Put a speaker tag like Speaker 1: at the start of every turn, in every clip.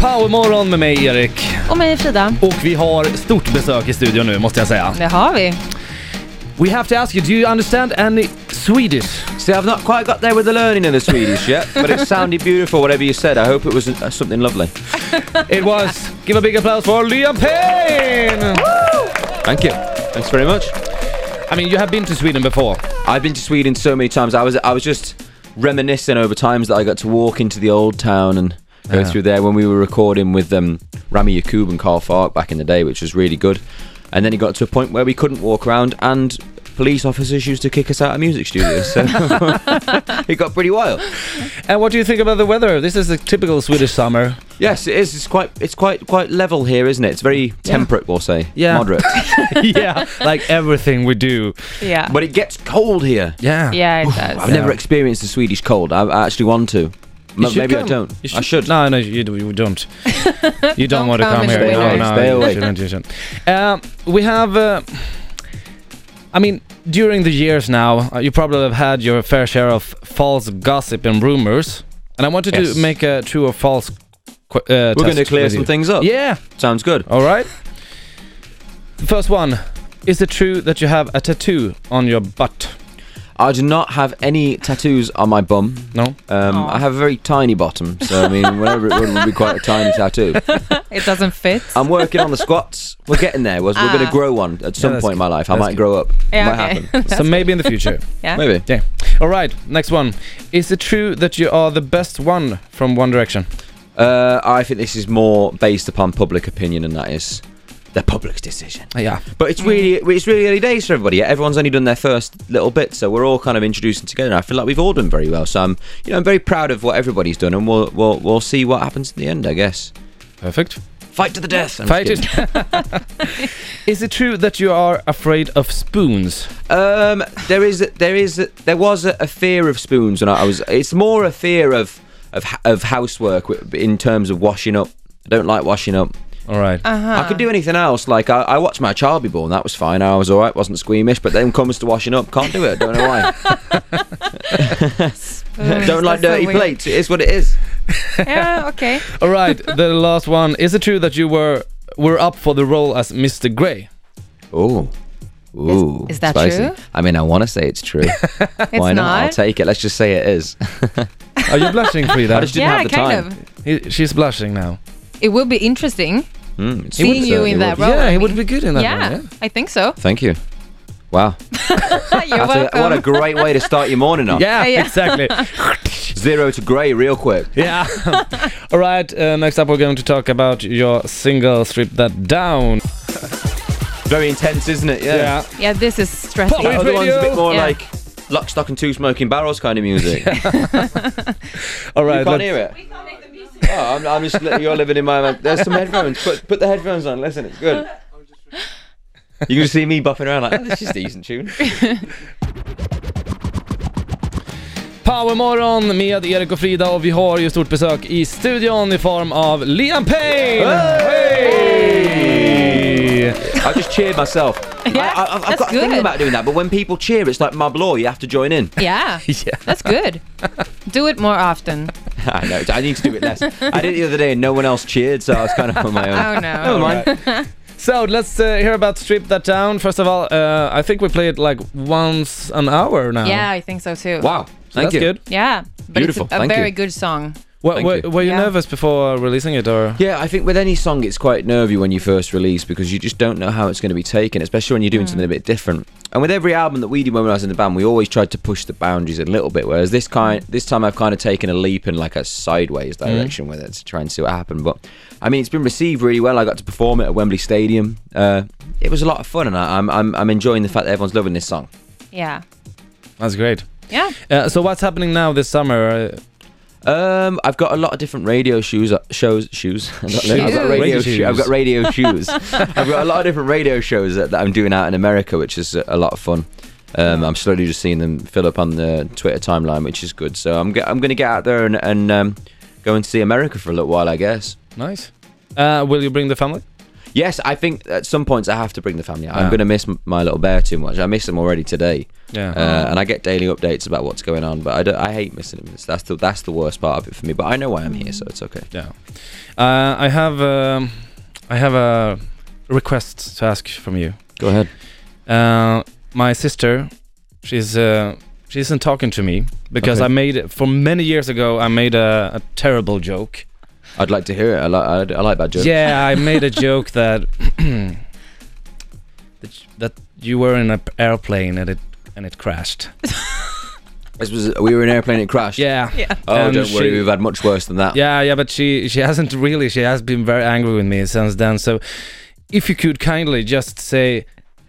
Speaker 1: Powermorgon med mig Erik.
Speaker 2: Och mig Frida.
Speaker 1: Och vi har stort besök i studion nu måste jag säga.
Speaker 2: Det har vi.
Speaker 1: We have to ask you, do you understand any Swedish?
Speaker 3: See, I've not quite got there with the learning of the Swedish yet, but it sounded beautiful, whatever you said. I hope it was uh, something lovely.
Speaker 1: It was, give a big applause for Liam Payne!
Speaker 3: Thank you. Thanks very much.
Speaker 1: I mean you have been to Sweden before.
Speaker 3: I've been to Sweden so many times. I was I was just reminiscing over times that I got to walk into the old town and go
Speaker 1: Yeah.
Speaker 3: through there when we were recording with um, Rami Yakub and Carl Fark back in the day, which was really good. And then it got to a point where we couldn't walk around and police officers used to kick us out of music studios. So it got pretty wild.
Speaker 1: And what do you think about the weather? This is a typical Swedish summer.
Speaker 3: Yes, it is. It's quite it's quite quite level here, isn't it? It's very temperate, we'll say.
Speaker 1: Yeah.
Speaker 3: Moderate.
Speaker 1: yeah, like everything we do.
Speaker 2: Yeah.
Speaker 3: but it gets cold here.
Speaker 1: Yeah.
Speaker 2: yeah, it
Speaker 3: I've
Speaker 2: does.
Speaker 3: never experienced the Swedish cold. I, I actually want to.
Speaker 1: You
Speaker 3: M-
Speaker 1: should
Speaker 3: maybe I
Speaker 1: come.
Speaker 3: don't.
Speaker 1: You
Speaker 3: I should.
Speaker 1: No, no, you, do- you don't. You don't,
Speaker 2: Don't
Speaker 1: want to
Speaker 2: come
Speaker 1: come
Speaker 2: in
Speaker 1: here.
Speaker 2: the
Speaker 1: No,
Speaker 2: winter.
Speaker 1: no,
Speaker 3: Stay
Speaker 1: you
Speaker 3: away.
Speaker 1: shouldn't, you shouldn't. Um, we have. Uh, I mean, during the years now, uh, you probably have had your fair share of false gossip and rumors, and I wanted
Speaker 3: Yes.
Speaker 1: to make a true or false. Qu- uh,
Speaker 3: We're going to
Speaker 1: test
Speaker 3: clear
Speaker 1: with
Speaker 3: some
Speaker 1: you.
Speaker 3: things up.
Speaker 1: Yeah.
Speaker 3: Sounds good.
Speaker 1: All right. The first one. Is it true that you have a tattoo on your butt?
Speaker 3: I do not have any tattoos on my bum.
Speaker 1: No.
Speaker 3: Um,
Speaker 2: Aw.
Speaker 3: I have a very tiny bottom, so I mean, whatever it would, would be quite a tiny tattoo.
Speaker 2: It doesn't fit.
Speaker 3: I'm working on the squats. We're getting there. We're, we're going
Speaker 2: Ah.
Speaker 3: to grow one at some
Speaker 1: that's
Speaker 3: point in my life. I
Speaker 1: that's
Speaker 3: might
Speaker 1: good.
Speaker 3: grow up.
Speaker 2: Yeah,
Speaker 3: might
Speaker 2: okay.
Speaker 3: happen.
Speaker 1: so maybe in the future.
Speaker 2: Yeah.
Speaker 3: Maybe.
Speaker 1: Yeah. All right. Next one. Is it true that you are the best one from One Direction?
Speaker 3: Uh, I think this is more based upon public opinion, and that is the public's decision.
Speaker 1: Yeah.
Speaker 3: But it's really
Speaker 1: Mm.
Speaker 3: it's really early days for everybody. Everyone's only done their first little bit, so we're all kind of introducing together. And I feel like we've all done very well. So I'm you know I'm very proud of what everybody's done, and we'll we'll, we'll see what happens at the end, I guess.
Speaker 1: Perfect.
Speaker 3: Fight to the death. I'm just
Speaker 1: Fight
Speaker 3: kidding.
Speaker 1: it. Is it true that you are afraid of spoons?
Speaker 3: Um, there is there is there was a, a fear of spoons, and I was it's more a fear of of h- of housework w- in terms of washing up. I don't like washing up.
Speaker 1: All right.
Speaker 2: Uh-huh.
Speaker 3: I could do anything else. Like I, I watched my child be born. That was fine. I was all right. wasn't squeamish. But then comes to washing up, can't do it. Don't know why.
Speaker 2: Mm,
Speaker 3: don't like
Speaker 2: that's so
Speaker 3: dirty
Speaker 2: weird.
Speaker 3: plates. It is what it is.
Speaker 2: Yeah, okay.
Speaker 1: All right. The last one. Is it true that you were were up for the role as Mr. Grey?
Speaker 3: Ooh. Ooh.
Speaker 2: is that
Speaker 3: spicy.
Speaker 2: true?
Speaker 3: I mean, I want to say it's true.
Speaker 2: It's
Speaker 3: Why not? I'll
Speaker 2: not.
Speaker 3: take it. Let's just say it is.
Speaker 1: Are you blushing,
Speaker 3: I
Speaker 1: Frida?
Speaker 3: just didn't
Speaker 2: yeah,
Speaker 3: have the
Speaker 2: kind
Speaker 3: time.
Speaker 2: of.
Speaker 1: He, she's blushing now.
Speaker 2: It would be interesting
Speaker 3: Mm, it
Speaker 2: seeing
Speaker 3: would
Speaker 2: you
Speaker 3: certainly
Speaker 2: in that
Speaker 3: would.
Speaker 2: role.
Speaker 1: yeah,
Speaker 2: I
Speaker 1: he would
Speaker 2: mean.
Speaker 1: be good in that
Speaker 2: yeah,
Speaker 1: one.
Speaker 2: I think so.
Speaker 3: Thank you. Wow.
Speaker 2: You're
Speaker 3: That's a-
Speaker 2: welcome.
Speaker 3: what a great way to start your morning
Speaker 1: Yeah.
Speaker 3: off.
Speaker 1: Yeah,
Speaker 2: Yeah.
Speaker 1: exactly.
Speaker 3: Zero to grey real quick.
Speaker 1: yeah. All right. Uh, next up, we're going to talk about your single "Strip That Down."
Speaker 3: Very intense, isn't it? Yeah.
Speaker 2: yeah, this is stressful.
Speaker 1: Pop
Speaker 3: The
Speaker 1: it.
Speaker 3: other one's a bit more
Speaker 2: Yeah.
Speaker 3: like lock, stock and two smoking barrels kind of music.
Speaker 1: All right. let's-
Speaker 3: You can't hear it. Oh, I'm, I'm just li- you're living in my. There's some headphones. Put put the headphones on. Listen, it's good. You can just see me bopping around like oh, this is a decent tune.
Speaker 1: Powermorgon med Erik och Frida och vi har ju stort besök i studion i form av Liam Payne! Hey!
Speaker 3: I just cheered myself.
Speaker 2: Yeah,
Speaker 3: I, I, I've, I've
Speaker 2: that's
Speaker 3: got to think
Speaker 2: good.
Speaker 3: about doing that, but when people cheer, it's like mob law. You have to join in.
Speaker 2: Yeah,
Speaker 1: Yeah.
Speaker 2: that's good. Do it more often.
Speaker 3: I know. I need to do it less. I did it the other day, and no one else cheered, so I was kind of on my own.
Speaker 2: Oh no.
Speaker 1: mind. so let's uh, hear about Strip That Down. First of all, uh, I think we play it like once an hour now.
Speaker 2: Yeah, I think so too.
Speaker 3: Wow.
Speaker 1: So
Speaker 3: Thank
Speaker 1: that's
Speaker 3: you.
Speaker 1: good.
Speaker 2: Yeah, but
Speaker 3: Beautiful,
Speaker 2: it's a, a
Speaker 3: thank
Speaker 2: very
Speaker 3: you.
Speaker 2: good song.
Speaker 1: Were,
Speaker 3: Thank
Speaker 1: were,
Speaker 3: you.
Speaker 1: were you
Speaker 2: Yeah.
Speaker 1: nervous before releasing it or?
Speaker 3: Yeah, I think with any song, it's quite nervy when you first release because you just don't know how it's going to be taken, especially when you're doing something a bit different. And with every album that we did when I was in the band, we always tried to push the boundaries a little bit. Whereas this kind, this time, I've kind of taken a leap in like a sideways direction with it to try and see what happened. But I mean, it's been received really well. I got to perform it at Wembley Stadium. Uh, it was a lot of fun, and I, I'm, I'm I'm enjoying the fact that everyone's loving this song.
Speaker 2: Yeah.
Speaker 1: That's great.
Speaker 2: Yeah.
Speaker 1: Uh, so what's happening now this summer? Uh,
Speaker 3: Um, I've got a lot of different radio shoes, uh, shows, shoes. I've got, I've got radio
Speaker 1: Shoes.
Speaker 3: shoes. I've got radio shoes. I've got a lot of different radio shows that, that I'm doing out in America, which is a lot of fun. Um, I'm slowly just seeing them fill up on the Twitter timeline, which is good. So I'm, ge- I'm going to get out there and, and um, go and see America for a little while, I guess.
Speaker 1: nice. Uh, will you bring the family?
Speaker 3: Yes, I think at some points I have to bring the family out. I'm
Speaker 1: Yeah.
Speaker 3: going to miss m- my little bear too much. I miss him already today.
Speaker 1: Yeah.
Speaker 3: Uh, and I get daily updates about what's going on, but I, don't, I hate missing him. It's- That's the, that's the worst part of it for me. But I know why I'm here, so it's okay.
Speaker 1: Yeah. Uh, I have um, I have a request to ask from you.
Speaker 3: Go ahead.
Speaker 1: Uh, my sister, she's uh, she isn't talking to me because
Speaker 3: Okay.
Speaker 1: I made for many years ago. I made a, a terrible joke.
Speaker 3: I'd like to hear it. I, li- I, I like that joke.
Speaker 1: Yeah, I made a joke that that sh- that you were in an airplane and it and it crashed.
Speaker 3: This was, we were in an airplane, it crashed.
Speaker 1: Yeah.
Speaker 2: Yeah.
Speaker 3: Oh,
Speaker 1: Um,
Speaker 3: don't worry,
Speaker 1: she-
Speaker 3: we've had much worse than that.
Speaker 1: Yeah, yeah, but she she hasn't really. She has been very angry with me since then. So, if you could kindly just say,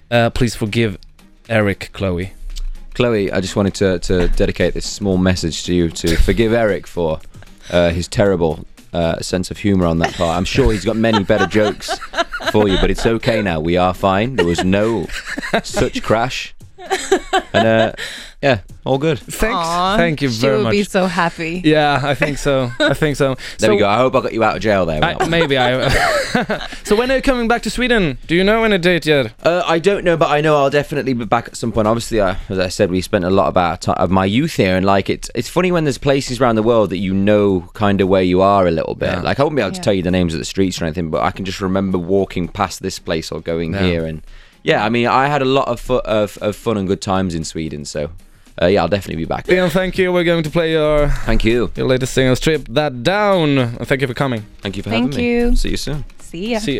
Speaker 1: uh, please forgive Eric, Chloe.
Speaker 3: Chloe, I just wanted to, to dedicate this small message to you to forgive Eric for uh, his terrible uh, sense of humour on that part. I'm sure he's got many better jokes for you, but it's okay now. We are fine. There was no such crash. And uh, yeah, all good.
Speaker 1: Thanks.
Speaker 2: Aw,
Speaker 1: Thank you very
Speaker 2: She would
Speaker 1: much.
Speaker 2: be so happy.
Speaker 1: yeah, I think so. I think so.
Speaker 3: There
Speaker 1: so
Speaker 3: we go. I hope I got you out of jail there. with that
Speaker 1: I,
Speaker 3: one.
Speaker 1: maybe I. so when are you coming back to Sweden? Do you know any date yet?
Speaker 3: Uh, I don't know, but I know I'll definitely be back at some point. Obviously, I, as I said, we spent a lot of our time, of my youth here, and like it's it's funny when there's places around the world that you know kind of where you are a little bit.
Speaker 1: Yeah.
Speaker 3: Like I won't be able to
Speaker 2: Yeah.
Speaker 3: tell you the names of the streets or anything, but I can just remember walking past this place or going
Speaker 1: Yeah.
Speaker 3: here, and yeah, I mean, I had a lot of fu- of, of fun and good times in Sweden. So uh, yeah, I'll definitely be back.
Speaker 1: Ian, thank you. We're going to play your
Speaker 3: Thank you,
Speaker 1: your latest single, "Strip That Down." And thank you for coming.
Speaker 3: thank you for
Speaker 2: Thank
Speaker 3: having me.
Speaker 2: you.
Speaker 3: See you soon.
Speaker 2: See ya.
Speaker 1: See you.